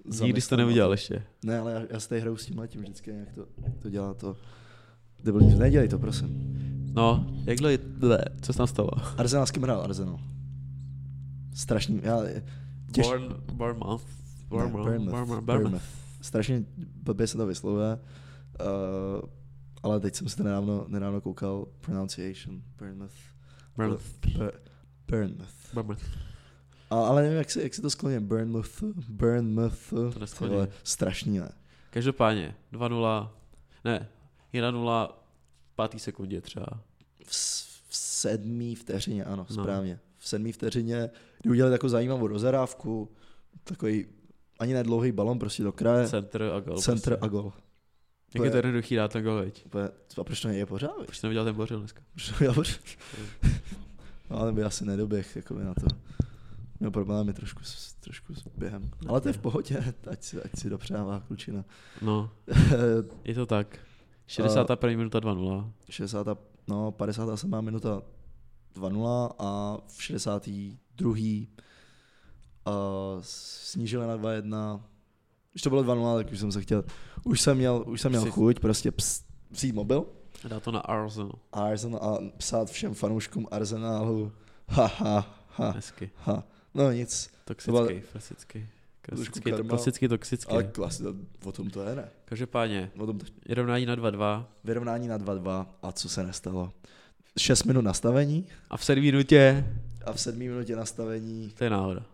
jsi to zamyslel na neudělal ještě. Ne, ale já, já se tady hraju s tím letím vždycky nějak to, to dělá to. Debilní, nedělej to, prosím. No, jak dlouho je, ble, co se tam stalo? Arsenal, s kým hrál Arsenal? Strašný, já... Těž... Born, Bournemouth. ne, Bournemouth. Bournemouth. Bournemouth. Strašně blbě se to vyslovuje. Uh, ale teď jsem se to nedávno, nedávno koukal. Pronunciation. Bournemouth. Bournemouth. Bur- Bournemouth. Bournemouth. A, ale nevím, jak se, jak se to skloně. Bournemouth. Bournemouth. To Ty neskloní. vole, strašný, ne? Každopádně, 2-0, ne, 1-0 v pátý sekundě třeba. v, s- v sedmý vteřině, ano, No. no. správně. V sedmý vteřině, kdy udělali takovou zajímavou rozhrávku, takový ani nedlouhý balon prostě do kraje, Center a gol. centr prostě. a gol. Jak je to je- jednoduchý dát ten gol, veď? Úplně, A proč to je pořád? viď? Proč jsi neudělal ten bořil dneska? Proč to já pořád? *laughs* No, ale by asi nedoběh jako by na to. Měl problémy trošku, s- trošku s během. Ale to je v pohodě, *laughs* ať si, ať si dopřává klučina. *laughs* No, je to tak. Eh. 61. minuta 2-0. 60, no, 57. minuta 2-0 a v 62. Uh, snížili na 2-1. Když to bylo 2-0, tak už jsem se chtěl, už jsem měl, už jsem měl Jsi- chuť prostě ps, vzít mobil Dá to na Arsenal. a, Arsenal, a psát všem fanouškům Arsenálu ha, ha, ha, Hezky. ha. No nic, Toxický, frasický. Klasický, karma. klasický, toxický. ale klasi, o tom to je, ne? Každopádně, O tom to vyrovnání na 2-2 vyrovnání na 2-2 a co se nestalo? 6 minut nastavení a v sedmý minutě, a v 7 minutě nastavení to je náhoda.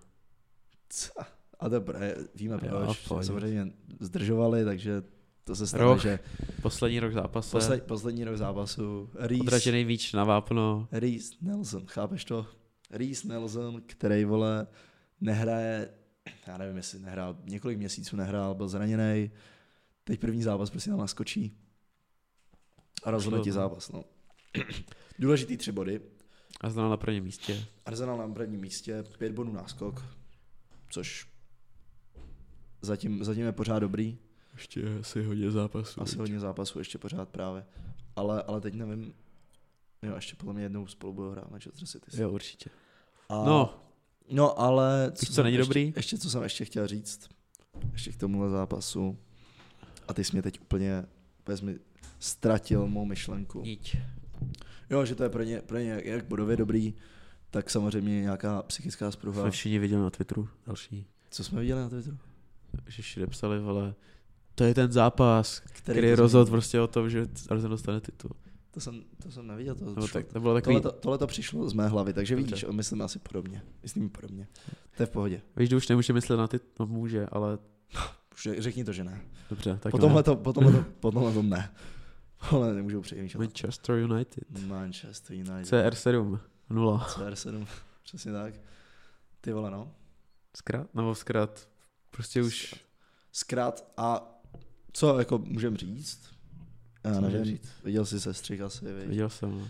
Co? A dobré, víme Jo, proč. pojď. Samozřejmě zdržovali, takže to se stane, Roh že Poslední rok zápase, posled, poslední rok zápasu Reese, odražený míč na vápno, Reese Nelson, chápeš to? Reese Nelson, který vole nehraje, já nevím, jestli nehrál, několik měsíců nehrál, byl zraněný. Teď první zápas prostě tam naskočí a rozhodne Šlo, ti no. zápas. No. Důležitý tři body. a znal na prvním místě. Arsenal na prvním místě, pět bodů náskok, což zatím, zatím je pořád dobrý. Ještě asi hodně zápasů. Asi hodně zápasů ještě pořád právě. Ale, ale teď nevím, jo, ještě podle mě jednou spolu budou hrát Manchester City. Jo, určitě. A, No, no, ale... Víš, co jsem není ještě, dobrý? Ještě, co jsem ještě chtěl říct, ještě k tomuhle zápasu. A ty jsi mě teď úplně, vezmi, ztratil mou myšlenku. nič. Jo, že to je pro ně, pro ně jak bodově dobrý, tak samozřejmě nějaká psychická spruha. Jsme všichni viděli na Twitteru další, Co jsme viděli na Twitteru? že všude psali, vole, to je ten zápas, který, to který rozhodl prostě o tom, že Arsenal dostane titul. To jsem, to jsem neviděl. To, šlo- Nebo No, tak, to bylo takový, tohle, to, tohle to přišlo z mé hlavy, takže Dobře. vidíš, myslím asi podobně. Myslím podobně. To je v pohodě. víš, že už nemůže myslet na titul, no může, ale Už je- řekni to, že ne. dobře, tak Po tomhle, to, po, tomhle to, po tomhle tom ne. *laughs* Ale nemůžu ne. přemýšlet. Manchester United. Manchester United. CR7, 0. CR7. *laughs* Přesně tak. Ty vole, no. Zkrát? Nebo zkrát. Prostě už Zkrát a co jako můžem říct? Já Co můžem nevím, říct? viděl jsi sestřih asi, viď? viděl jsem. no.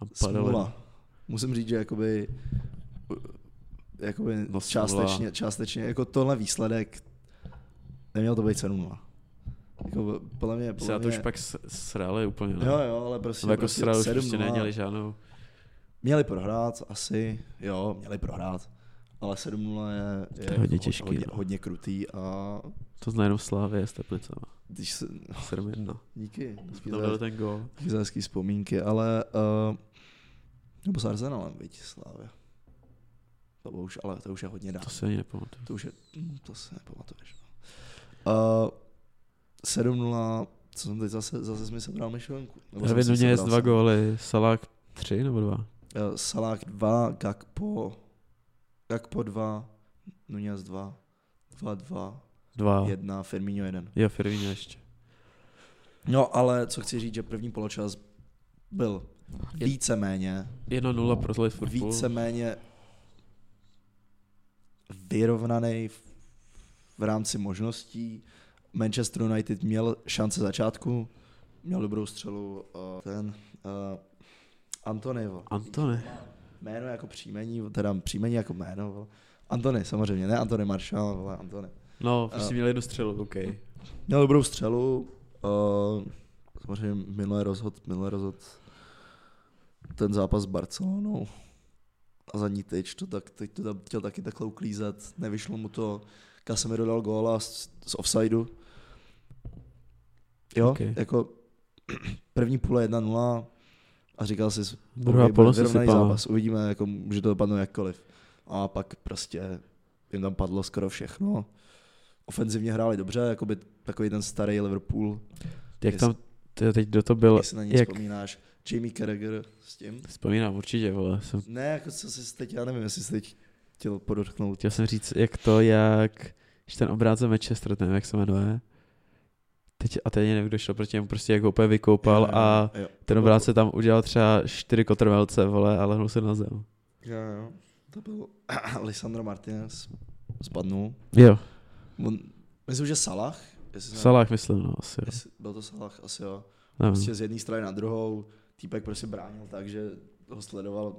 A padalo. Smula. Musím říct, že jakoby, jakoby No, no, smůla. částečně, částečně, jako tohle výsledek, neměl to být 7 Jako, podle mě, Se podle na to mě, už pak s- srali úplně. Ne? Jo, jo, ale prostě, Nebo jako prostě srali, už 7:0. prostě neměli žádnou. Měli prohrát asi, jo, měli prohrát, ale 7-0 je, je, To je hodně ho- těžký, hodně, no. hodně krutý a To zná jenom Slávě s Teplicama. když se, 7-1. díky, To díky byl za, ten gol. díky za hezký vzpomínky, ale uh, nebo s Arsenalem, viď, Slávě. To bylo už, ale to už je hodně dál. To si ani nepamatuju. To už je, hm, to se nepamatuješ. no. Uh, 7-0, co jsem teď zase, zase jsem si sebral myšlenku. Nebo jsem David si Nunez sebral dva jsem. góly, Salah tři nebo dva? Eh, Salák 2, Gakpo, Gakpo 2, Nunez 2, 2, 2, Dva. 1, Firmino 1. Jo, Firmino ještě. No ale co chci říct, že první poločas byl Je- víceméně, 1-0 pro Liverpool. víceméně vyrovnaný v, v rámci možností. Manchester United měl šance začátku, měl dobrou střelu eh, ten uh, Antony. vole. Antone. jméno jako příjmení, teda příjmení jako jméno. Vole. Antony, samozřejmě, ne Antony Marshall, ale Antony. No, A- prostě měli jednu střelu, OK. Měl dobrou střelu, uh, samozřejmě minulé rozhod, minulé rozhod ten zápas s Barcelonou a za ní teď to, tak, teď to tam chtěl taky takhle uklízet, nevyšlo mu to, Casemiro dal góla z, z offsideu. Jo, Ok. okay. jako *clears throat* první půle 1-0 a říkal si, Druhá bude poloha se vyrovnaný sypala. zápas, uvidíme, jako, může to dopadnout jakkoliv. A pak prostě jim tam padlo skoro všechno. Ofenzivně hráli dobře, jako by takový ten starý Liverpool, Jak Jest- tam, to teď kdo to byl? jestli na něj Jak? vzpomínáš. Jamie Carragher s tím. Vzpomínám určitě, vole. Jsem, Ne, jako co si teď, já nevím, jestli jsi teď chtěl podotknout. chtěl jsem říct, jak to, jak, když ten obránce Manchester, nevím, jak se jmenuje, teď, a teď nevím, kdo šel proti němu, prostě jak ho úplně vykoupal a Jo, ten obránce tam udělal třeba čtyři kotrmelce, vole, a lehnul se na zem. Jo, jo. To byl *clears throat* Lisandro Martinez. Spadnul. Jo, On, myslím, že Salah. Jestli jsem- Salah myslím, no, asi jo. Jestli, byl to Salah, asi jo. Nevím. Prostě z jedné strany na druhou. Týpek prostě bránil tak, že ho sledoval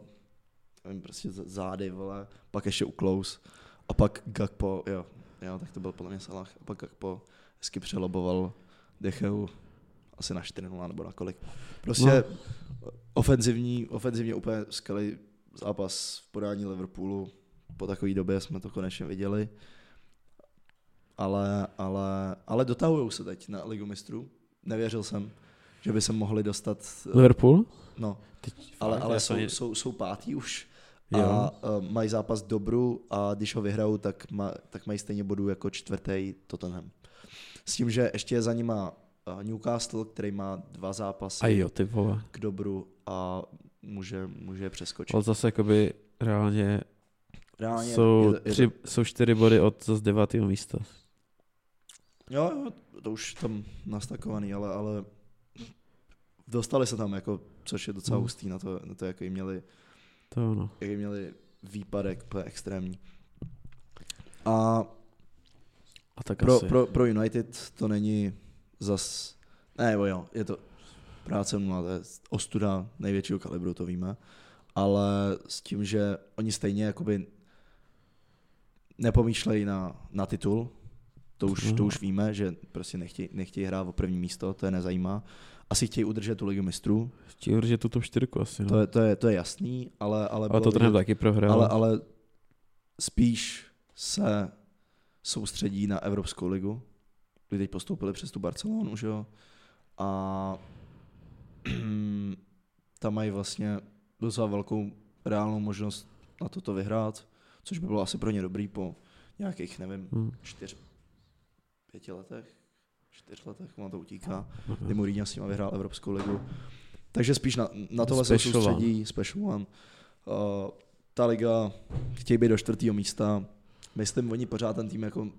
nevím, prostě z- zády, vole. Pak ještě uklous. A pak Gakpo, jo. Jo, tak to byl podle mě Salah. A pak Gakpo hezky přeloboval Decheu asi na 4-0 nebo na kolik. Prostě ofenzivní, ofenzivně úplně skvělý zápas v podání Liverpoolu. Po takové době jsme to konečně viděli. Ale, ale, ale dotahují se teď na Ligu mistrů. Nevěřil jsem, že by se mohli dostat. eh, Liverpool? No, Teď, ale, ale jsou, jsou, jsou pátí už. Jo. A uh, mají zápas dobru a když ho vyhrajou, tak, ma, tak mají stejně bodů jako čtvrtý Tottenham. S tím, že ještě je za nima eh, Newcastle, který má dva zápasy A jo, ty vole. k dobru a může, může je přeskočit. Ale zase jakoby reálně Reálně jsou, je to- je tři, jsou čtyři body od zase devátého místa. to, jo, jo, to už tam nastakovaný, ale, ale dostali se tam, jako, což je docela Hmm. hustý na to, na to jaký, měli, To je ono. jaký měli výpadek, to je extrémní. A A tak pro, asi. pro, pro United to není zas, ne, jo, jo, je to práce nula, to je ostuda největšího kalibru, to víme, ale s tím, že oni stejně jakoby nepomýšlejí na, na titul, to už, to Mhm. už víme, že prostě nechtějí, nechtějí hrát o první místo, to je nezajímá. Asi chtějí udržet tu ligu mistrů, Chtěl že tu top 4 asi. No. to je, to je, to je jasný, ale... Ale, ale bylo to trhem vidět- taky prohrál. ale, ale spíš se soustředí na Evropskou ligu, kdy teď postoupili přes tu Barcelonu, že jo? A *clears throat* tam mají vlastně docela velkou reálnou možnost na toto vyhrát, což by bylo asi pro ně dobrý po nějakých, nevím, Hm. čtyř, pěti letech, čtyř letech, ono to utíká, Mhm. kdy Mourinho s nima vyhrál Evropskou ligu. Takže spíš na, na tohle se Special one. soustředí Special One. Uh, ta liga chtějí být do čtvrtého místa. Myslím, oni pořád ten tým jako,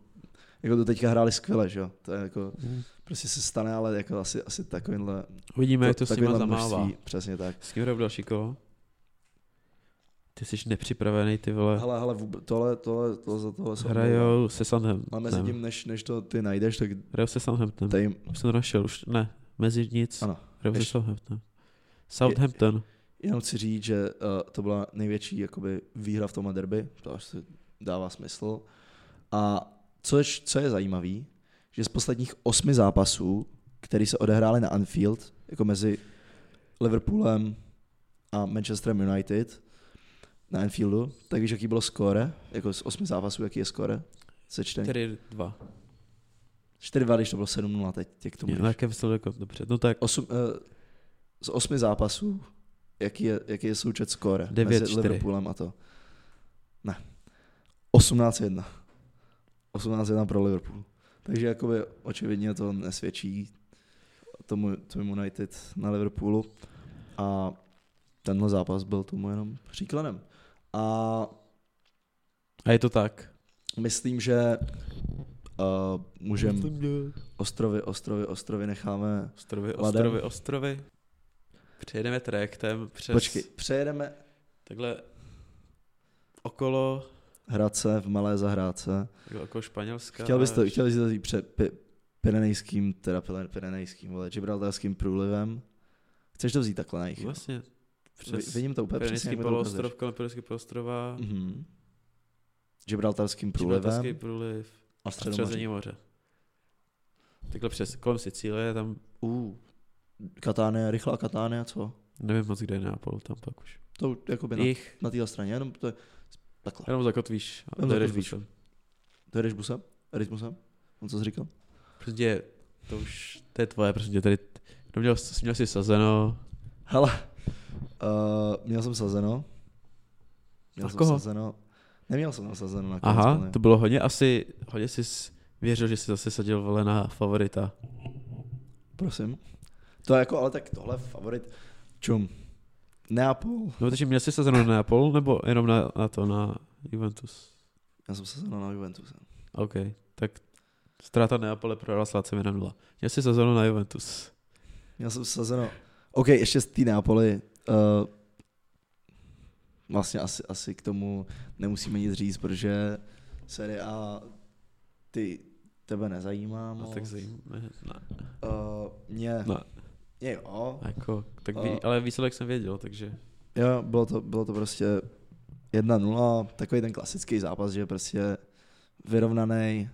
jako do teďka hráli skvěle, že jo. To je jako, Hm. prostě se stane, ale jako asi, asi takovýhle, Uvidíme, jak to s nima takovýhle zamává. přesně tak. S kým hrajou další kolo? Ty jsi nepřipravený, ty vole. Hele, hele, vůbec, tohle, tohle, tohle, za tohle se omlouvám. Hrajou se Ale mezi Southamptonem. tím, než, než to ty najdeš, tak Hrajou se Southamptonem. tady, Už jsem to našel, už ne. Mezi nic. Ano. Hrajou se Ještě. Southamptonem. Southampton. jenom chci říct, že uh, to byla největší jakoby, výhra v tomhle derby, to až se dává smysl. A co je, co je zajímavé, že z posledních osmi zápasů, které se odehrály na Anfield, jako mezi Liverpoolem a Manchesterem United na Anfieldu, tak víš, jaký bylo skóre? Jako z osmi zápasů, jaký je skóre? Sečtený. 4-2. 4-2, když to bylo 7-0 teď, jak to můžeš. Na jakém stolu jako, dobře. No tak Osm, eh, z osmi zápasů, jaký je, jaký je součet skóre? 9-4. mezi Liverpoolem a to. Ne. 18-1. 18-1 pro Liverpool. Takže jakoby očividně to nesvědčí tomu, tomu United na Liverpoolu. A tenhle zápas byl tomu jenom příkladem. A a je to tak. myslím, že uh, můžeme ostrovy, ostrovy, ostrovy necháme Ostrovy, Ladem. ostrovy, ostrovy. Přejedeme trajektem přes Počkej, přejedeme takhle okolo, Hradce, v malé zahrádce. takhle okolo Španělska. Chtěl bys to, až- chtěl bys to jít před pi, Pirenejským, teda Pile- Pirenejským, vole, Gibraltarským průlivem. Chceš to vzít takhle na jich? Vlastně Přes přes Vidím to úplně přesně, Pyrenejský jak mi to ukazuješ. poloostrov, kolem Pyrenejského poloostrova, Mhm. Gibraltarským průlivem Gibraltarský průliv a a středozemní středomoří. moře. Takhle přes, kolem Sicílie, tam Uh, Katánie, rychlá Katánie, co? Nevím moc, kde je Neapol tam pak už. To jakoby na, Jich, na téhle straně, jenom to je takhle. jenom zakotvíš a Jenom jdeš zakotvíš. busem. To jedeš busem? Jedeš busem? On co jsi říkal? Prostě to už, to je tvoje, prostě tady, no měl, jsi- měl jsi sazeno, Hele, uh, měl jsem sazeno. Měl Na jsem koho? sazeno. Neměl jsem nasazeno na koho. aha, spadne. to bylo hodně, asi, hodně jsi věřil, že jsi zase sadil vole na favorita. Prosím. To je jako, ale tak tohle favorit. Čum. Neapol. No, takže měl jsi sazeno na Neapol, nebo jenom na, na to, na Juventus? Já jsem sazeno na Juventus. OK, tak ztráta Neapole prohrála s Lácem 1-0. Měl jsi sezonu na Juventus. Já jsem sazeno. OK, ještě z té Neapoli. Uh, vlastně asi, asi k tomu nemusíme nic říct, protože Serie A ty tebe nezajímá No, moc. tak No. zajím, ne, ne, Uh, mě, ne, mě jo. jako, tak A- ví, ale výsledek jsem věděl, takže Jo, bylo to, bylo to prostě 1-0, takový ten klasický zápas, že prostě vyrovnaný,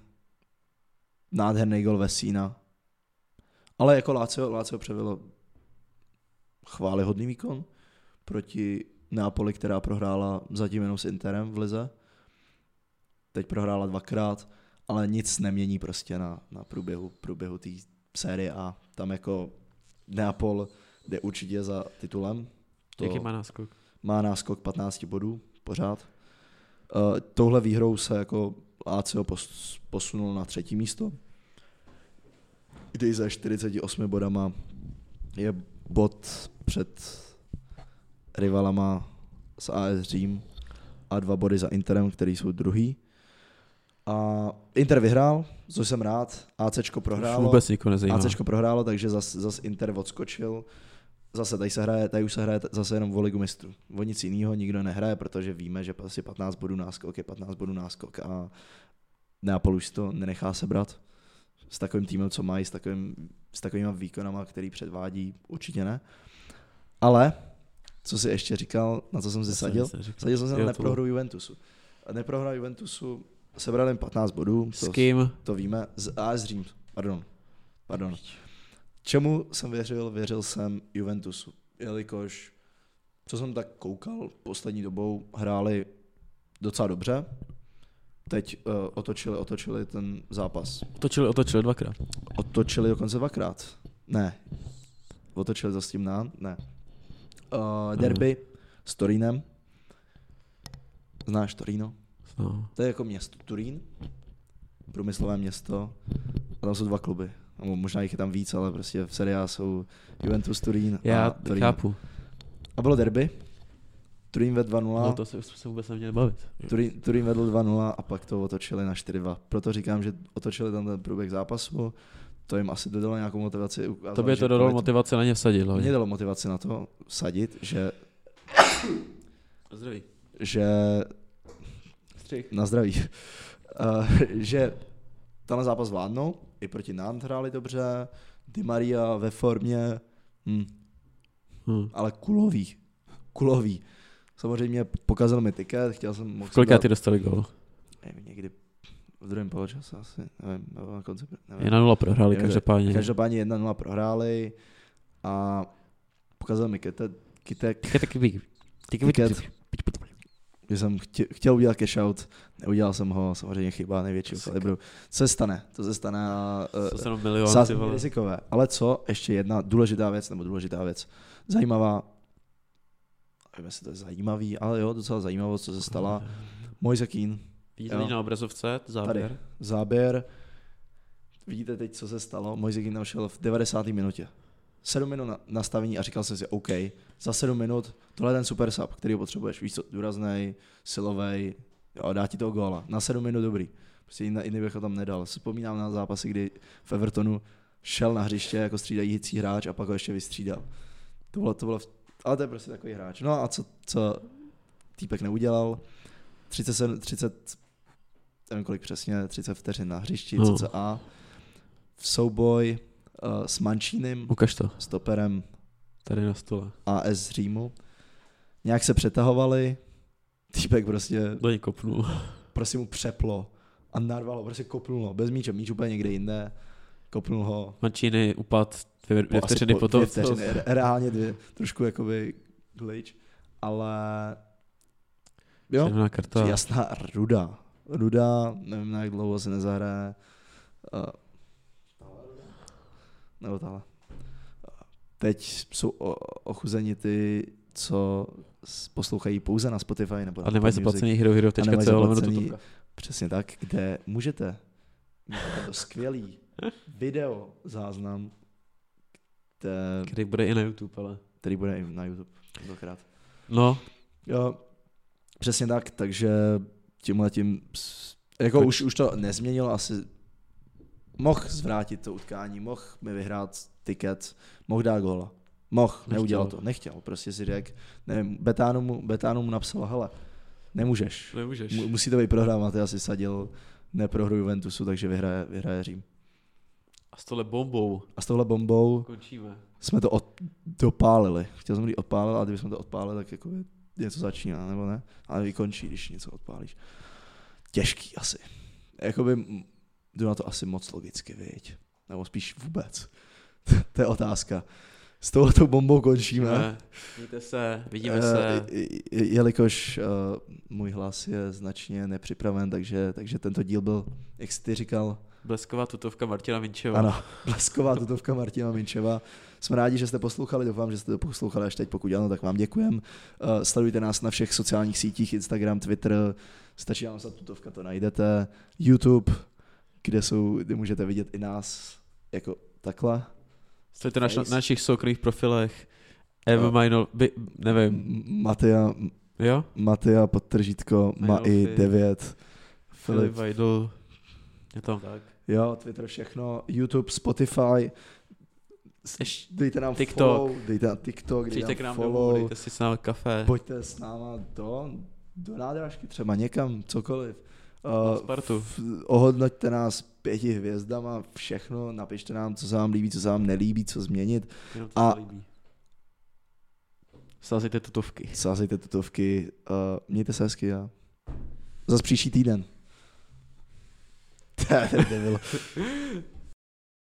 nádherný gol Vesína. Ale jako Lácio, Lácio převilo chválihodný výkon proti Nápoli, která prohrála zatím jenom s Interem v Lize. Teď prohrála dvakrát, ale nic nemění prostě na, na průběhu, průběhu té série a tam jako Neapol jde určitě za titulem. to... jaký má náskok? má náskok 15 bodů pořád. Uh, touhle výhrou se jako Lazio pos- posunul na třetí místo, kdy za 48 bodama je bod před rivalama s AS Řím a dva body za Interem, který jsou druhý. A Inter vyhrál, což jsem rád, ACčko Už prohrálo. vůbec nikoho nezajímá. ACčko prohrálo, takže zase zas Inter odskočil. Zase tady, se hraje, tady už se hraje t- zase jenom o ligu mistrů. O nic jiného nikdo nehraje, protože víme, že asi 15 bodů náskok je 15 bodů náskok a Neapol už si to nenechá sebrat. S takovým týmem, co mají, s, takovým, s takovýma výkonama, který předvádí, určitě ne. Ale, co si ještě říkal, na co jsem si Já jsem sadil? nic neřekl. Sadil jsem se Jo, na to neprohru Juventusu. A Neprohra Juventusu, sebral jim 15 bodů. bylo- S to- kým? to víme. Z AS Řím, pardon. Pardon. Čemu jsem věřil? Věřil jsem Juventusu, jelikož co jsem tak koukal, poslední dobou hráli docela dobře. Teď uh, otočili, otočili ten zápas. Otočil, otočil dvakrát. Otočili dokonce dvakrát. Ne. Otočili zase tím na... Ne. Uh, derby s Torínem. Znáš Torino? No. To je jako město Turín, průmyslové město, a tam jsou dva kluby. A mo- možná jich je tam víc, ale prostě v Serie A jsou Juventus Turín Já a Turín. chápu, A bylo derby. Turín vedl 2-0, no to se, se vůbec neměl bavit. Turín, Turín vedl 2-0 a pak to otočili na 4-2. Proto říkám, že otočili tam ten průběh zápasu, to jim asi dodalo nějakou motivaci. ukázalo, To by že to dodalo kvalit- motivace na ně vsadilo. Mě že? dalo motivaci na to sadit, že, Zdraví. že Střih. na zdraví, *laughs* uh, že tenhle zápas vládnou, i proti nám hráli dobře, Di Maria ve formě, hm, Hm. ale kulový, kulový. Samozřejmě pokazil mi tiket, chtěl jsem... mohl jsem V kolika dát- ty dostali gol? Nevím, někdy v druhém poločase asi, nevím, nebo na konci, nevím. Je na nula prohráli, Nevím, že- každopádně. Každopádně 1-0 prohráli a pokazil mi kete, kitek, Tiket, tiket, tiket, tiket, *laughs* tiket. že jsem chtěl, chtěl udělat cash out, neudělal jsem ho, samozřejmě chyba největšího Klasika. kalibru. Co se stane? To se stane a Co se nám milion, ty sázení vole. rizikové. Ale co? Ještě jedna důležitá věc, nebo důležitá věc. Zajímavá, nevím, jestli to je zajímavý, ale jo, docela zajímavo, co se stala. Mojze Keane, Vidíte Jo. lidi na obrazovce, Tady. záběr. záběr. Vidíte teď, co se stalo. Mojze Keane tam šel v 90. minutě. 7 minut na nastavení a říkal jsem si, OK, za 7 minut tohle je ten super sub, který potřebuješ. Víš co, důraznej, silovej, jo, dá ti to góla. Na 7 minut dobrý. Prostě jiný, jiný bych ho tam nedal. Vzpomínám na zápasy, kdy v Evertonu šel na hřiště jako střídající hráč a pak ho ještě vystřídal. To bylo, to bylo, v- ale to je prostě takový hráč. No a co, co týpek neudělal? 37, 30, nevím kolik přesně, 30 vteřin na hřišti, No. cca. V souboj uh, s Mančínem, Ukaž to, stoperem tady na stole. AS Římu. Nějak se přetahovali, týpek prostě Do něj kopnul. prostě mu přeplo a narvalo, prostě kopnulo, bez míče, míč úplně někde jinde. kopnul ho Mančíny upad dvě, dvě po- asi vteřiny po- potom. Dvě vteřiny, re- reálně dvě, trošku jakoby glitch, ale jo, Červená karta. jasná ruda. Ruda, nevím, na jak dlouho se nezahraje. Uh, nebo tahle. Teď jsou o- ochuzeni ty, co s- poslouchají pouze na Spotify nebo na A Apple nemají Music. zaplacený hero hero A nemají tečka lomeno zaplacený- tutovka. Přesně tak, kde můžete. Máte to skvělý video záznam, kde, Který bude i na YouTube, ale. který bude i na YouTube tentokrát. No, Jo, přesně tak, takže tímhle tím, s- jako Tak- už, už to nezměnilo, asi mohl zvrátit to utkání, mohl mi vyhrát tiket, mohl dát góla. Mohl, Nechtěl. neudělal to, nechtěl, prostě si řekl, nevím, Betánu mu, Betánu mu napsal, hele, nemůžeš, nemůžeš. Mu- musí to být prohra, Matej asi sadil, neprohru Juventusu, takže vyhraje, vyhraje Řím. A s tohle bombou A s touhle bombou končíme. jsme to od, dopálili. Chtěl jsem říct odpálil, ale kdybychom to odpálili, tak jako něco začíná, nebo ne? Ale i končí, když něco odpálíš. Těžký asi. Jakoby m, jdu na to asi moc logicky, viď? Nebo spíš vůbec. *laughs* to je otázka. S touhletou bombou končíme. Ne. Mějte se, Eh, vidíme se. Eh, i- i- jelikož eh, můj hlas je značně nepřipraven, takže, takže tento díl byl, jak jsi ty říkal, Blesková tutovka Martina Minčeva. ano, blesková tutovka Martina Minčeva. Jsme rádi, že jste poslouchali, doufám, že jste to poslouchali až teď, pokud ano, tak vám děkujem. Eh, Sledujte nás na všech sociálních sítích, Instagram, Twitter, stačí nám napsat tutovka, to najdete. YouTube, kde, jsou, kde můžete vidět i nás jako takhle. Sledujte na Face. našich soukromých profilech. Jo. Evo Minor, by, nevím, M- Matia, jo? Matia podtržítko, má i Majalfi. 9. Filip Filip. Weidl. Je tam tak. Jo, Twitter, všechno, YouTube, Spotify, s- Ješ- dejte nám TikTok. follow, dejte nám TikTok, dejte Přijďte nám, k nám follow. domů, dejte si s námi kafe. pojďte s náma do, do nádražky třeba, někam, cokoliv. Na Eh, Spartu. f- ohodnoťte nás pěti hvězdama, všechno, napište nám, co se vám líbí, co se vám nelíbí, co změnit. Jenom to a- se líbí. Sázejte *laughs* tutovky. Sázejte tutovky, eh, mějte se hezky a *laughs* zas příští týden. To je debil.